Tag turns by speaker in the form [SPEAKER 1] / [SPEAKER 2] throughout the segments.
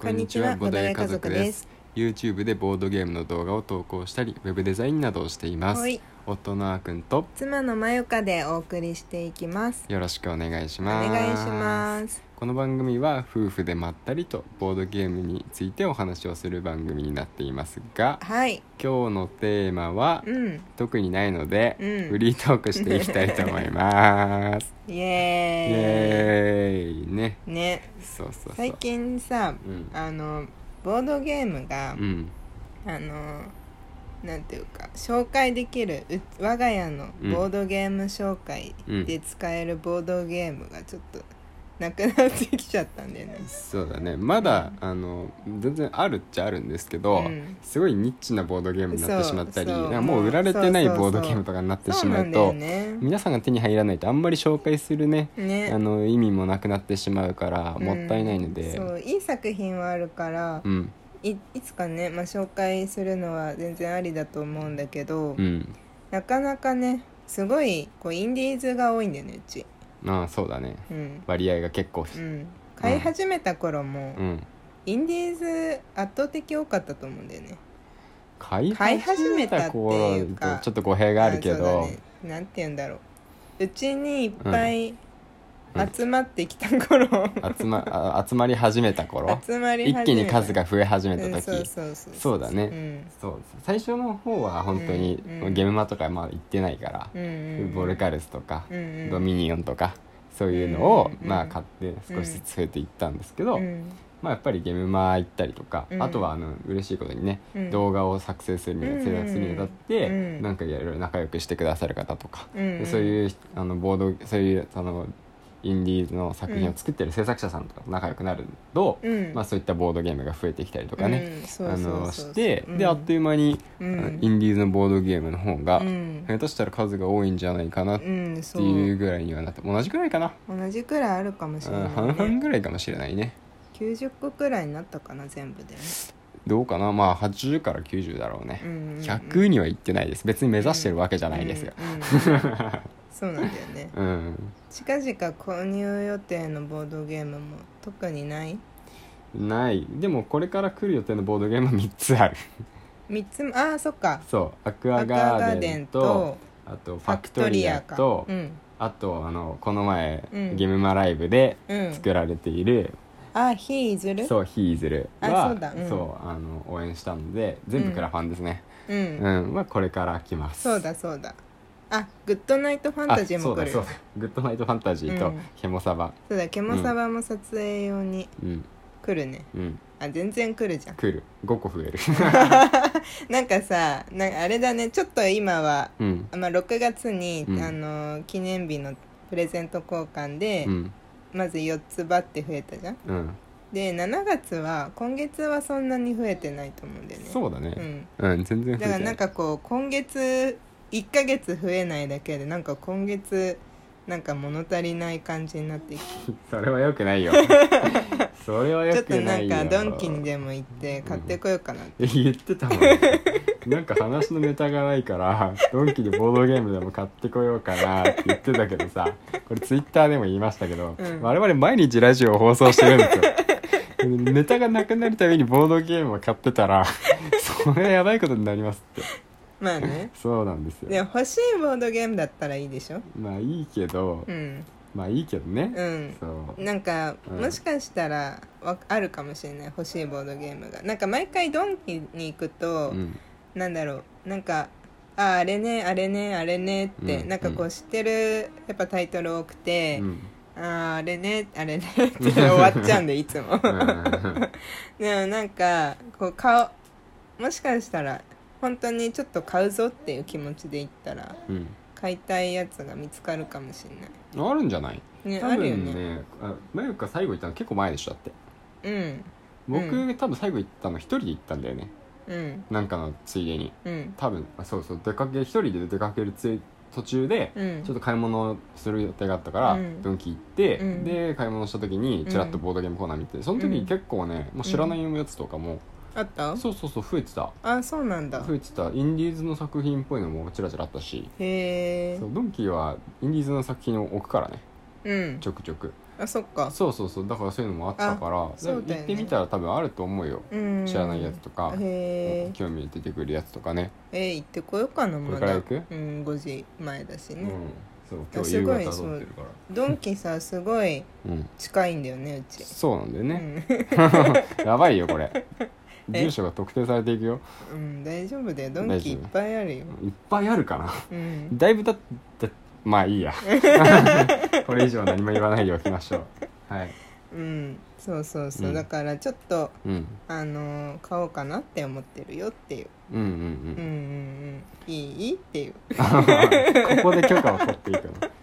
[SPEAKER 1] こんにちは、ボドゲ家族です。。
[SPEAKER 2] YouTube でボードゲームの動画を投稿したり、ウェブデザインなどをしています。
[SPEAKER 1] はい
[SPEAKER 2] 夫のあーくんと
[SPEAKER 1] 妻のまゆかでお送りしていきます。
[SPEAKER 2] よろしくお願いし
[SPEAKER 1] お
[SPEAKER 2] ます。
[SPEAKER 1] 願いします。
[SPEAKER 2] この番組は夫婦でまったりとボードゲームについてお話をする番組になっていますが、
[SPEAKER 1] はい、
[SPEAKER 2] 今日のテーマは
[SPEAKER 1] うん、
[SPEAKER 2] 特にないので、
[SPEAKER 1] うん
[SPEAKER 2] フリートークしていきたいと思い ます。
[SPEAKER 1] イ
[SPEAKER 2] イ
[SPEAKER 1] エ
[SPEAKER 2] エーイね。
[SPEAKER 1] ーイ。ね、
[SPEAKER 2] そうそうそう。
[SPEAKER 1] 最近さ、
[SPEAKER 2] うん
[SPEAKER 1] あのボードゲームが、
[SPEAKER 2] うん
[SPEAKER 1] あの。なんていうか紹介できるう我が家のボードゲーム紹介で使えるボードゲームがちょっとなくなってきちゃったんだよね。
[SPEAKER 2] そうだねまだ、あの全然あるっちゃあるんですけど、
[SPEAKER 1] うん
[SPEAKER 2] すごいニッチなボードゲームになってしまったり
[SPEAKER 1] そうそ
[SPEAKER 2] な
[SPEAKER 1] う
[SPEAKER 2] んかもう売られてない
[SPEAKER 1] そうそ
[SPEAKER 2] ボ
[SPEAKER 1] うそう
[SPEAKER 2] ードゲームとかになってし
[SPEAKER 1] そう
[SPEAKER 2] ま
[SPEAKER 1] なん
[SPEAKER 2] う
[SPEAKER 1] だよ
[SPEAKER 2] と
[SPEAKER 1] ね。
[SPEAKER 2] 皆さんが手に入らないとあんまり紹介するね
[SPEAKER 1] ね、
[SPEAKER 2] あの意味もなくなってしまうから
[SPEAKER 1] うん
[SPEAKER 2] もったいないので、
[SPEAKER 1] そういい作品はあるから、
[SPEAKER 2] うん
[SPEAKER 1] いいつかね、まあ、紹介するのは全然ありだと思うんだけ
[SPEAKER 2] う
[SPEAKER 1] ど、
[SPEAKER 2] ん
[SPEAKER 1] なかなかねすごいこうインディーズが多いんだよねうち、
[SPEAKER 2] ああそうだね
[SPEAKER 1] うん
[SPEAKER 2] 割合が結構
[SPEAKER 1] うん、買い始めた頃も、
[SPEAKER 2] うん
[SPEAKER 1] インディーズ圧倒的多かったと思うんだよね
[SPEAKER 2] 買い
[SPEAKER 1] 買い始
[SPEAKER 2] 始
[SPEAKER 1] め
[SPEAKER 2] め
[SPEAKER 1] た
[SPEAKER 2] た
[SPEAKER 1] っていう
[SPEAKER 2] 頃
[SPEAKER 1] か
[SPEAKER 2] とちょっと語弊があるけ
[SPEAKER 1] そう
[SPEAKER 2] ど
[SPEAKER 1] だねなんて言うんだろううちにいっぱい
[SPEAKER 2] うん
[SPEAKER 1] 集まってきた頃、
[SPEAKER 2] 集まあ集まり始めた頃
[SPEAKER 1] 集まり始めた
[SPEAKER 2] 一気に数が増え始めた時、
[SPEAKER 1] うんそうそうそう
[SPEAKER 2] そうだね
[SPEAKER 1] うん
[SPEAKER 2] そう最初の方は本当に、
[SPEAKER 1] うんうん
[SPEAKER 2] ゲームマとかまあ行ってないから、
[SPEAKER 1] うんうんうん
[SPEAKER 2] ボルカルスとか、
[SPEAKER 1] うんうん
[SPEAKER 2] ドミニオンとかそういうのを、
[SPEAKER 1] うんうん
[SPEAKER 2] まあ、買って少しずつ増えていったんですけど、
[SPEAKER 1] うん
[SPEAKER 2] まあ、やっぱりゲームマ行ったりとか、
[SPEAKER 1] うん
[SPEAKER 2] あとはあの嬉しいことにね、
[SPEAKER 1] うん
[SPEAKER 2] 動画を作成するに
[SPEAKER 1] うんうん
[SPEAKER 2] 制作するにあたって、
[SPEAKER 1] うん
[SPEAKER 2] なんかいろいろ仲良くしてくださる方とか、
[SPEAKER 1] うんうん
[SPEAKER 2] そういうあのボードそういうあのインディーズの作品を作ってる制作者さんとか仲良くなると、
[SPEAKER 1] うん
[SPEAKER 2] まあ、そういったボードゲームが増えてきたりとかね、
[SPEAKER 1] うんそうそ
[SPEAKER 2] あ
[SPEAKER 1] うそう
[SPEAKER 2] のして、
[SPEAKER 1] うん
[SPEAKER 2] であっという間に、
[SPEAKER 1] うん
[SPEAKER 2] あのインディーズのボードゲームの方が、
[SPEAKER 1] うん
[SPEAKER 2] 下手したら数が多いんじゃないかなっ
[SPEAKER 1] う
[SPEAKER 2] て
[SPEAKER 1] んそう
[SPEAKER 2] いうぐらいにはなって同じぐらいかな、
[SPEAKER 1] 同じくらいあるかもしれ
[SPEAKER 2] うん
[SPEAKER 1] ない、
[SPEAKER 2] 半々
[SPEAKER 1] ね、
[SPEAKER 2] ぐらいかもしれないね
[SPEAKER 1] 90個くらいになったかな全部でね
[SPEAKER 2] どうかなまあ80から90だろうね、
[SPEAKER 1] うんうんうん
[SPEAKER 2] 100には行ってないです別に目指してるわけじゃないですよ、
[SPEAKER 1] うんうんそうなんだよね
[SPEAKER 2] うん
[SPEAKER 1] 近々購入予定のボードゲームも特にない
[SPEAKER 2] ないでもこれから来る予定のボードゲームは3つある
[SPEAKER 1] 3つもああそっか
[SPEAKER 2] そうアク
[SPEAKER 1] ア
[SPEAKER 2] ア
[SPEAKER 1] クア
[SPEAKER 2] ガ
[SPEAKER 1] ガ
[SPEAKER 2] ー
[SPEAKER 1] ーデ
[SPEAKER 2] デ
[SPEAKER 1] ン
[SPEAKER 2] ン
[SPEAKER 1] と
[SPEAKER 2] とあとフ
[SPEAKER 1] ファ
[SPEAKER 2] ァ
[SPEAKER 1] ク
[SPEAKER 2] ク
[SPEAKER 1] ト
[SPEAKER 2] ト
[SPEAKER 1] リ
[SPEAKER 2] リ
[SPEAKER 1] ア
[SPEAKER 2] ア
[SPEAKER 1] か
[SPEAKER 2] と
[SPEAKER 1] うん
[SPEAKER 2] あとあのこの前、
[SPEAKER 1] うん
[SPEAKER 2] ゲームマライブで
[SPEAKER 1] うん
[SPEAKER 2] 作られている、
[SPEAKER 1] あ火いずるう、
[SPEAKER 2] そうヒーズル
[SPEAKER 1] あ
[SPEAKER 2] は
[SPEAKER 1] そうだうん
[SPEAKER 2] そうあの応援したので全部クラファンですね
[SPEAKER 1] う
[SPEAKER 2] うんん、はこれから来ます
[SPEAKER 1] そうだそうだあグッドナイトファン
[SPEAKER 2] あ
[SPEAKER 1] タジーも来る
[SPEAKER 2] そ
[SPEAKER 1] よ
[SPEAKER 2] うだそうだグッドナイトファンタジー
[SPEAKER 1] う
[SPEAKER 2] と
[SPEAKER 1] ん
[SPEAKER 2] ヘモサバ
[SPEAKER 1] そうだケモサバも撮影用に
[SPEAKER 2] うん
[SPEAKER 1] 来るね
[SPEAKER 2] うん
[SPEAKER 1] あ全然来るじゃん
[SPEAKER 2] 来る5個増える
[SPEAKER 1] なんかさなあれだねちょっと今は、
[SPEAKER 2] うん
[SPEAKER 1] まあ、6月に、
[SPEAKER 2] うん
[SPEAKER 1] あの記念日のプレゼント交換で、
[SPEAKER 2] うん
[SPEAKER 1] まず4つばって増えたじゃん
[SPEAKER 2] うん
[SPEAKER 1] で7月は今月はそんなに増えてないと思うんだよね
[SPEAKER 2] そうだ
[SPEAKER 1] う
[SPEAKER 2] ね
[SPEAKER 1] ん、
[SPEAKER 2] うん、全然増え
[SPEAKER 1] だから
[SPEAKER 2] てな
[SPEAKER 1] なん
[SPEAKER 2] い
[SPEAKER 1] かこう今月1ヶ月増えないだけでなんか今月なんか物足りない感じになってきて
[SPEAKER 2] それはよく ないよそれは
[SPEAKER 1] ちょ
[SPEAKER 2] よ
[SPEAKER 1] っと
[SPEAKER 2] く
[SPEAKER 1] な
[SPEAKER 2] なんいよ
[SPEAKER 1] かドンキにでも行って買ってこようかなって、
[SPEAKER 2] え言ってたもん なんか話のネタがないからドンキでボードゲームでも買ってこようかなって言ってたけどさこれツイッターでも言いましたけど、
[SPEAKER 1] うん
[SPEAKER 2] 我々毎日ラジオを放送してるんですよネタがなくなるためにボードゲームを買ってたらそれやばいことになりますって
[SPEAKER 1] まあね
[SPEAKER 2] そうなんです
[SPEAKER 1] で
[SPEAKER 2] よ
[SPEAKER 1] も欲しいボードゲームだったらいいでしょ
[SPEAKER 2] まあいいけど、
[SPEAKER 1] うん
[SPEAKER 2] まあいいけどね、
[SPEAKER 1] うん
[SPEAKER 2] そう
[SPEAKER 1] なんか、
[SPEAKER 2] うん
[SPEAKER 1] もしかしたらわあるかもしれない欲しいボードゲームがなんか毎回ドンキに行くと、
[SPEAKER 2] うん
[SPEAKER 1] なんだろうなんかああれねあれねあれねって、
[SPEAKER 2] うん
[SPEAKER 1] なんかこ
[SPEAKER 2] う
[SPEAKER 1] う知ってるやっぱタイトル多くて、
[SPEAKER 2] うん
[SPEAKER 1] あああれねあれねって 終わっちゃうんでいつも
[SPEAKER 2] うんうん
[SPEAKER 1] でもなんかこう顔もしかしたら本当にちょっと買うぞっていう気持ちで行ったら
[SPEAKER 2] うん
[SPEAKER 1] 買いたいやつが見つかるかもしれない
[SPEAKER 2] あるんじゃない
[SPEAKER 1] ね
[SPEAKER 2] 多
[SPEAKER 1] あるよ
[SPEAKER 2] 分
[SPEAKER 1] ね
[SPEAKER 2] ねあマユカ最後行ったの結構前でしょだって
[SPEAKER 1] うん
[SPEAKER 2] 僕、
[SPEAKER 1] う
[SPEAKER 2] 多分最後行ったの一人で行ったんだよね
[SPEAKER 1] うん
[SPEAKER 2] なんかのついでに
[SPEAKER 1] うん
[SPEAKER 2] 多分あそうそう出かけ一人で出かけるつい途中で、
[SPEAKER 1] うん
[SPEAKER 2] ちょっと買い物する予定があったから、
[SPEAKER 1] うん
[SPEAKER 2] ドンキ行って、
[SPEAKER 1] うん
[SPEAKER 2] で買い物した時にちらっとボードゲームコーナー見てその時に結構ね、もう知らないやつとかも、
[SPEAKER 1] あった
[SPEAKER 2] そうそうそう増えてた
[SPEAKER 1] あそうなんだ
[SPEAKER 2] 増えてたインディーズの作品っぽいのもちらちらあったし
[SPEAKER 1] へえ
[SPEAKER 2] そうドンキはインディーズの作品を置くからね
[SPEAKER 1] うん
[SPEAKER 2] ちょくちょく
[SPEAKER 1] あそっか
[SPEAKER 2] そうそうそうだからそういうのもあったから
[SPEAKER 1] あそうだよね
[SPEAKER 2] 行ってみたら多分あると思うよ
[SPEAKER 1] うん
[SPEAKER 2] 知らないやつとか
[SPEAKER 1] へー
[SPEAKER 2] 興味出てくるやつとかね、
[SPEAKER 1] えー行ってこようかなま
[SPEAKER 2] これ
[SPEAKER 1] だ
[SPEAKER 2] から行く
[SPEAKER 1] うん5時前だし
[SPEAKER 2] う
[SPEAKER 1] ね、
[SPEAKER 2] ん、そう今日
[SPEAKER 1] す
[SPEAKER 2] 夕
[SPEAKER 1] ごい
[SPEAKER 2] 方撮ってるから
[SPEAKER 1] ドンキさすごい
[SPEAKER 2] うん
[SPEAKER 1] 近いんだよねうち
[SPEAKER 2] そうなんだよね、やばいよこれ
[SPEAKER 1] え
[SPEAKER 2] 住所が特定されていくよ
[SPEAKER 1] うん、うん、大丈夫だよドン
[SPEAKER 2] 大
[SPEAKER 1] キい
[SPEAKER 2] 丈
[SPEAKER 1] っ
[SPEAKER 2] 夫
[SPEAKER 1] ぱいあるよ、
[SPEAKER 2] いっぱいあるかな
[SPEAKER 1] うん、
[SPEAKER 2] だいぶだってまあい いやこれ以上何も言わないでおきましょうはい
[SPEAKER 1] うん、そうそうそう、
[SPEAKER 2] うん
[SPEAKER 1] だからちょっと
[SPEAKER 2] うん
[SPEAKER 1] あのー買おうかなって思ってるよっていう
[SPEAKER 2] うんうん
[SPEAKER 1] う
[SPEAKER 2] うん
[SPEAKER 1] うんんうんいいっていう
[SPEAKER 2] ここで許可を取っていくのだか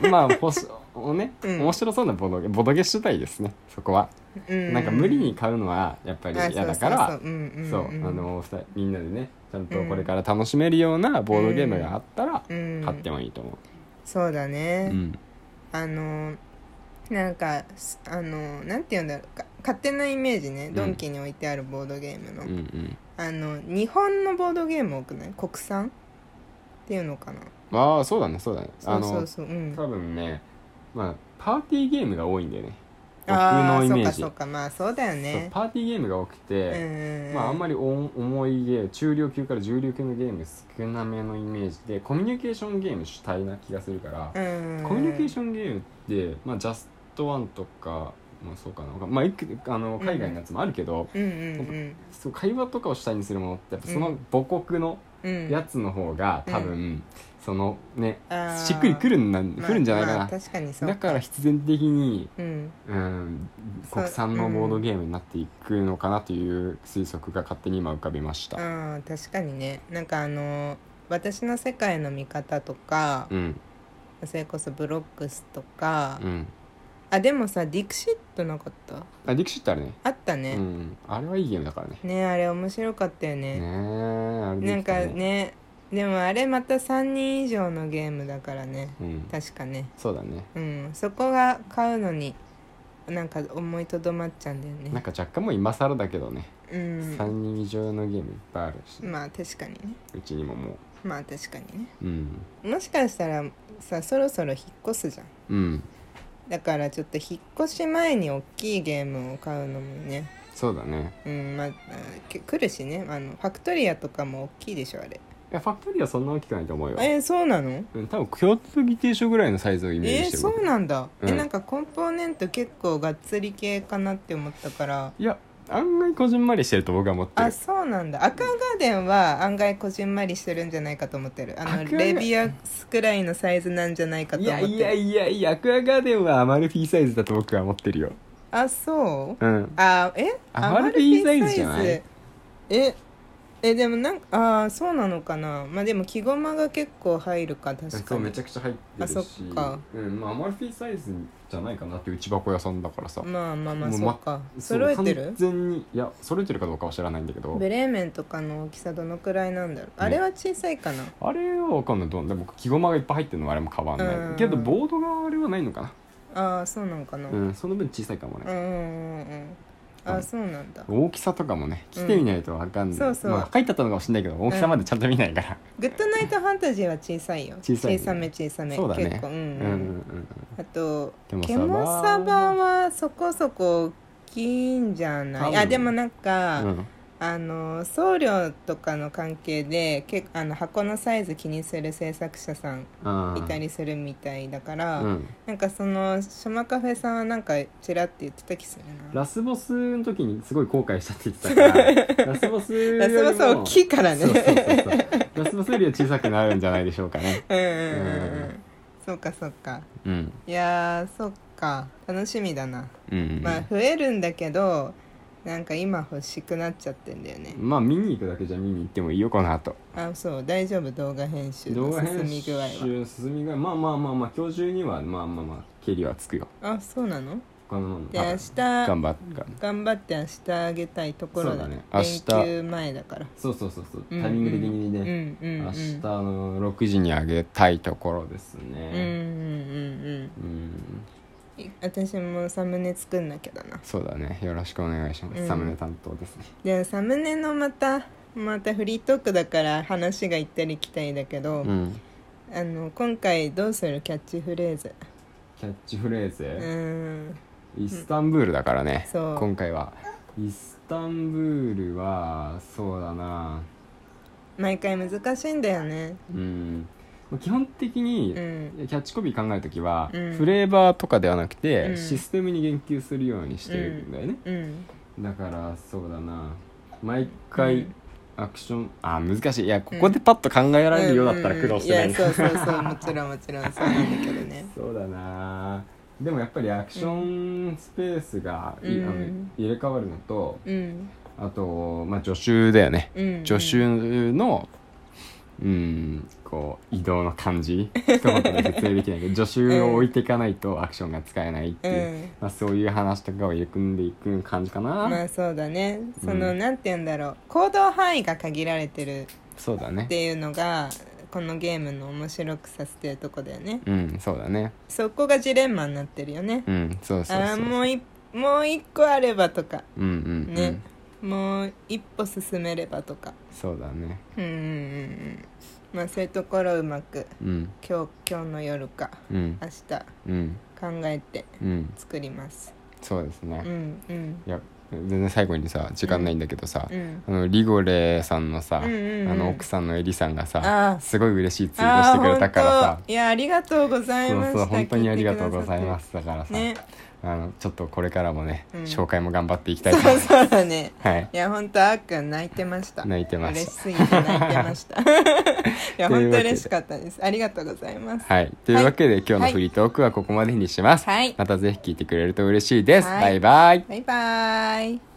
[SPEAKER 2] らまあポスをね、
[SPEAKER 1] うん
[SPEAKER 2] 面白そうなボドゲボドゲ次第ですねそこは、
[SPEAKER 1] うん
[SPEAKER 2] なんか無理に買うのはやっぱり
[SPEAKER 1] あ
[SPEAKER 2] 嫌だから
[SPEAKER 1] そうそうそううんうんうん
[SPEAKER 2] そうあの二人みんなでねちゃんとこれから楽しめるようなボードゲームがあったら
[SPEAKER 1] うん
[SPEAKER 2] 買ってもいいと思
[SPEAKER 1] そうだ
[SPEAKER 2] う、
[SPEAKER 1] ね、
[SPEAKER 2] うん
[SPEAKER 1] あのなんかすあのなんて言うんだろうか勝手なイメージね、
[SPEAKER 2] ん
[SPEAKER 1] ドンキに置いてあるボードゲームの、
[SPEAKER 2] うんうん
[SPEAKER 1] あの日本のボードゲーム多くない国産っていうのかな
[SPEAKER 2] ああそうだねそうだね
[SPEAKER 1] そ
[SPEAKER 2] あ
[SPEAKER 1] うそ
[SPEAKER 2] の
[SPEAKER 1] うそううん
[SPEAKER 2] 多分ねまあパーティーゲームが多いんだよね僕
[SPEAKER 1] あ
[SPEAKER 2] の
[SPEAKER 1] ー
[SPEAKER 2] イメージ
[SPEAKER 1] そうかそうかまあそうだよ
[SPEAKER 2] そう
[SPEAKER 1] ね
[SPEAKER 2] パーティーゲームが多くて、まああんま
[SPEAKER 1] り
[SPEAKER 2] りお重いゲー中量級から重量級のゲーム少なめのイメージでコミュニケーションゲーム主体な気がするから、コミュニケーシ
[SPEAKER 1] ョン
[SPEAKER 2] ョンゲームって、まあ、ジャストワンとか、まあ、そうかな、まあ、いくあの海外のやつもあるけど、
[SPEAKER 1] うんうん
[SPEAKER 2] そう会話とかを主体にするものってやっぱそ
[SPEAKER 1] うん
[SPEAKER 2] の母国の
[SPEAKER 1] うんうん
[SPEAKER 2] やつの方が多分、
[SPEAKER 1] う
[SPEAKER 2] そのね
[SPEAKER 1] あー
[SPEAKER 2] しっくりくるんな、くるんじゃないかな、
[SPEAKER 1] まあまあ確かにそう
[SPEAKER 2] だから必然的に、
[SPEAKER 1] うん
[SPEAKER 2] うん、
[SPEAKER 1] そう
[SPEAKER 2] 国産のボードゲームになっていくのかなという推測が勝手に今浮かびました、うん
[SPEAKER 1] あー確かにねなんかあの私の世界の見方とか、
[SPEAKER 2] うん
[SPEAKER 1] それこそブロックスとか、あでもさディクシットなかった
[SPEAKER 2] あディクシットあるね
[SPEAKER 1] あった
[SPEAKER 2] う
[SPEAKER 1] ね、
[SPEAKER 2] ん、あれはいいゲームだからね
[SPEAKER 1] ねあれ面白かったよね
[SPEAKER 2] ねえあれ
[SPEAKER 1] なん
[SPEAKER 2] できた
[SPEAKER 1] かねでもあれまた3人以上のゲームだからね
[SPEAKER 2] うん、
[SPEAKER 1] 確かね
[SPEAKER 2] そうだね
[SPEAKER 1] うんそこが買うのになんか思いとどまっちゃうんだよね
[SPEAKER 2] なんか若干もう今更だけどね、
[SPEAKER 1] う
[SPEAKER 2] 3
[SPEAKER 1] ん
[SPEAKER 2] 人以上のゲームいっぱいあるし、
[SPEAKER 1] まあ確かにね
[SPEAKER 2] うちにもも
[SPEAKER 1] まあ確かにね
[SPEAKER 2] ううん
[SPEAKER 1] もしかしたらさそろそろ引っ越すじゃん
[SPEAKER 2] うん
[SPEAKER 1] だからちょっと引っ越し前に大きいゲームを買うのもね
[SPEAKER 2] そうだね
[SPEAKER 1] うんまあき来るしねあのファクトリアとかも大きいでしょあれ
[SPEAKER 2] いやファクトリーはそんな大きくないと思うよ、
[SPEAKER 1] えそうなの
[SPEAKER 2] うん、多分共通議定書ぐらいのサイズをイメージ
[SPEAKER 1] え
[SPEAKER 2] して
[SPEAKER 1] ー、
[SPEAKER 2] る
[SPEAKER 1] そうなんだ、
[SPEAKER 2] うん
[SPEAKER 1] えなんかコンポーネント結構がっつり系かなって思ったから
[SPEAKER 2] いや案外こじんまりしてると僕は思って
[SPEAKER 1] あ
[SPEAKER 2] る
[SPEAKER 1] そうなんだアクアガーデンは案外こじんまりしてるんじゃないかと思ってるあ
[SPEAKER 2] アクアガ
[SPEAKER 1] のレビアスくらいのサイズなんじゃないかと
[SPEAKER 2] い
[SPEAKER 1] 思っ
[SPEAKER 2] や
[SPEAKER 1] てる
[SPEAKER 2] いやいやいやアクアガーデンはアマルフィサイズだと僕は思ってるよ
[SPEAKER 1] あそう
[SPEAKER 2] うん
[SPEAKER 1] あえ
[SPEAKER 2] アマルフィサイズじゃな
[SPEAKER 1] ア
[SPEAKER 2] い
[SPEAKER 1] マルフィサイズええでもなんかあーそうなのかなまあでも木駒が結構入るか確かに
[SPEAKER 2] そうめちゃくちゃ入ってるし
[SPEAKER 1] あそっか
[SPEAKER 2] うんまあ、アマルフィサイズじゃないかなって内箱屋さんだからさ、
[SPEAKER 1] まあまあまあ
[SPEAKER 2] もう
[SPEAKER 1] そ
[SPEAKER 2] ま
[SPEAKER 1] うか
[SPEAKER 2] そう
[SPEAKER 1] 揃えてる
[SPEAKER 2] 完全にいや揃えてるかどうかは知らないんだけど
[SPEAKER 1] ベレーメンとかの大きさどのくらいなんだろうあれは小さいかな、
[SPEAKER 2] あれはわかんないどうでも木駒がいっぱい入ってるのはあれも変わんない、
[SPEAKER 1] うん
[SPEAKER 2] けどボードがあれはないのかな
[SPEAKER 1] ああそうなんかな、
[SPEAKER 2] う
[SPEAKER 1] うん、
[SPEAKER 2] ん、その分小さいかも
[SPEAKER 1] うんう
[SPEAKER 2] ね、
[SPEAKER 1] んうんああそうなんだ
[SPEAKER 2] 大きさとかもね来てみないとわかんない、
[SPEAKER 1] そうそう
[SPEAKER 2] まあ、書いてあったのかもしれないけど大きさまでちゃんと見ないから、
[SPEAKER 1] グッドナイトファンタジーは小さいよ
[SPEAKER 2] 小さいね
[SPEAKER 1] 小さめ小さめ
[SPEAKER 2] そうだね
[SPEAKER 1] 結構うん、
[SPEAKER 2] うん、
[SPEAKER 1] う
[SPEAKER 2] うんうん
[SPEAKER 1] んあと
[SPEAKER 2] でもさ
[SPEAKER 1] ケモサバはそこそこ大きいんじゃ
[SPEAKER 2] 多
[SPEAKER 1] ない
[SPEAKER 2] 分
[SPEAKER 1] あでもなんか、
[SPEAKER 2] うんうん
[SPEAKER 1] あの送料とかの関係でけあの箱のサイズ気にする制作者さん
[SPEAKER 2] あー
[SPEAKER 1] いたりするみたいだから、
[SPEAKER 2] うん、
[SPEAKER 1] なんかそのショマカフェさんはなんかちらって言ってた気するな
[SPEAKER 2] ラスボスの時にすごい後悔したって言ってたか らラスボスよりも
[SPEAKER 1] ラスボスは大きいからね
[SPEAKER 2] そうそうそうそうラスボスよりは小さくなるんじゃないでしょうかね
[SPEAKER 1] うんうんうんう
[SPEAKER 2] うん
[SPEAKER 1] そうかそうか
[SPEAKER 2] うん
[SPEAKER 1] いやーそっか楽しみだな、
[SPEAKER 2] うんうん
[SPEAKER 1] まあ増えるんだけどなんか今欲しくなっちゃってんだよね
[SPEAKER 2] まあ見に行くだけじゃ見に行ってもいいよこの後
[SPEAKER 1] あそう大丈夫動画編集
[SPEAKER 2] 動
[SPEAKER 1] の
[SPEAKER 2] 画
[SPEAKER 1] 進
[SPEAKER 2] 編
[SPEAKER 1] み
[SPEAKER 2] 集
[SPEAKER 1] 具合は
[SPEAKER 2] 進み具合まあまあまあまあ今日中にはまあまあまあ蹴りはつくよ
[SPEAKER 1] あそうなの
[SPEAKER 2] この
[SPEAKER 1] で明日
[SPEAKER 2] 頑張ってから
[SPEAKER 1] 頑張って明日あげたいところだ
[SPEAKER 2] そうだ
[SPEAKER 1] ね
[SPEAKER 2] ね明日
[SPEAKER 1] 連休前だから
[SPEAKER 2] そうそうそうそう
[SPEAKER 1] うん
[SPEAKER 2] タイミング的にね、
[SPEAKER 1] うんうんうん
[SPEAKER 2] 明日の6時にあげたいところです
[SPEAKER 1] うんうん
[SPEAKER 2] ね
[SPEAKER 1] うんうん
[SPEAKER 2] うん、
[SPEAKER 1] い私もサムネ作んなきゃだな
[SPEAKER 2] そうだねよろしくお願いします、
[SPEAKER 1] うん
[SPEAKER 2] サムネ担当ですね
[SPEAKER 1] でサムネのまたまたフリートークだから話が行ったり来たりだけ
[SPEAKER 2] う
[SPEAKER 1] ど、
[SPEAKER 2] ん
[SPEAKER 1] あの今回どうするキャッチフレーズ
[SPEAKER 2] キキャッチフレーズ、
[SPEAKER 1] うん
[SPEAKER 2] イスタンブールだからね、
[SPEAKER 1] そう
[SPEAKER 2] 今回はイスタンブールはそうだな
[SPEAKER 1] 毎回難しいんだよね
[SPEAKER 2] うん基本的に
[SPEAKER 1] う
[SPEAKER 2] キ
[SPEAKER 1] ん
[SPEAKER 2] ャッチコピー考える時は、
[SPEAKER 1] うん
[SPEAKER 2] フレーバーとかではなくて、
[SPEAKER 1] うん
[SPEAKER 2] システムに言及するようにしてるんだよね、
[SPEAKER 1] うん
[SPEAKER 2] だからそうだな毎回
[SPEAKER 1] うん
[SPEAKER 2] アクション、あ難しいいやここでパッと考えられるようだったら苦労してない
[SPEAKER 1] うん
[SPEAKER 2] な、
[SPEAKER 1] いやそうそうそうもちろんもちろんそうなんだけどね
[SPEAKER 2] そうだなでもやっぱりアクションスペースがい、
[SPEAKER 1] うん
[SPEAKER 2] あの入れ替わるのと
[SPEAKER 1] うん
[SPEAKER 2] あと、まあ、助手だよね
[SPEAKER 1] うん
[SPEAKER 2] 助手のうんこう移動の感じ一言で説明できないけ ど助手を置いていかないとアクションが使えないって
[SPEAKER 1] う
[SPEAKER 2] いう、
[SPEAKER 1] ん
[SPEAKER 2] まあ、そういう話とかを入れ組んでいく感じかな、
[SPEAKER 1] まあそうだねその、
[SPEAKER 2] うん
[SPEAKER 1] なんて言うんだろう行動範囲が限られてる
[SPEAKER 2] そうだ
[SPEAKER 1] っ
[SPEAKER 2] ね
[SPEAKER 1] ていうのがこのゲームの面白くさせてるとこだよね
[SPEAKER 2] うんそうだね
[SPEAKER 1] そこがジレンマになってるよね
[SPEAKER 2] うんそうそうそう
[SPEAKER 1] ああもういもう一個あればとか
[SPEAKER 2] うんうんうん、
[SPEAKER 1] ねもう一歩進めればとか
[SPEAKER 2] そうだね
[SPEAKER 1] うんうんうんうんまあそういうところをうまく
[SPEAKER 2] うん
[SPEAKER 1] 今日今日の夜か
[SPEAKER 2] うん
[SPEAKER 1] 明日
[SPEAKER 2] うん
[SPEAKER 1] 考えて
[SPEAKER 2] うん
[SPEAKER 1] 作ります
[SPEAKER 2] そうですね、
[SPEAKER 1] うんうん
[SPEAKER 2] いや全然最後にさ時間ないんだけどさ、
[SPEAKER 1] うん
[SPEAKER 2] あのリゴレさんのさ、
[SPEAKER 1] うんうんうん
[SPEAKER 2] あの奥さんのエリさんが
[SPEAKER 1] あ
[SPEAKER 2] さ
[SPEAKER 1] あ
[SPEAKER 2] すごい嬉しいツイートして
[SPEAKER 1] あ
[SPEAKER 2] くれたから
[SPEAKER 1] あ
[SPEAKER 2] さ
[SPEAKER 1] 本当いやありがとうござい
[SPEAKER 2] そ
[SPEAKER 1] まし
[SPEAKER 2] う
[SPEAKER 1] た
[SPEAKER 2] そう本当にありがとうございま
[SPEAKER 1] 聞
[SPEAKER 2] すだから
[SPEAKER 1] いてくださって
[SPEAKER 2] さ、
[SPEAKER 1] ね
[SPEAKER 2] あのちょっとこれからもね、
[SPEAKER 1] うん
[SPEAKER 2] 紹介も頑張っていきたいと思い
[SPEAKER 1] そう
[SPEAKER 2] ます
[SPEAKER 1] そうだね
[SPEAKER 2] はい
[SPEAKER 1] いや本当あーくん泣いてました
[SPEAKER 2] 泣いてまし
[SPEAKER 1] 嬉したすぎて泣いてま したい
[SPEAKER 2] というわけ
[SPEAKER 1] や本
[SPEAKER 2] で
[SPEAKER 1] 当嬉しかったですありがとうございます
[SPEAKER 2] はいというわけで、今日のフリートークはここまでにします、
[SPEAKER 1] はい
[SPEAKER 2] またぜひ聞いてくれると嬉しいです、
[SPEAKER 1] はい
[SPEAKER 2] バイバイ
[SPEAKER 1] バイバーイ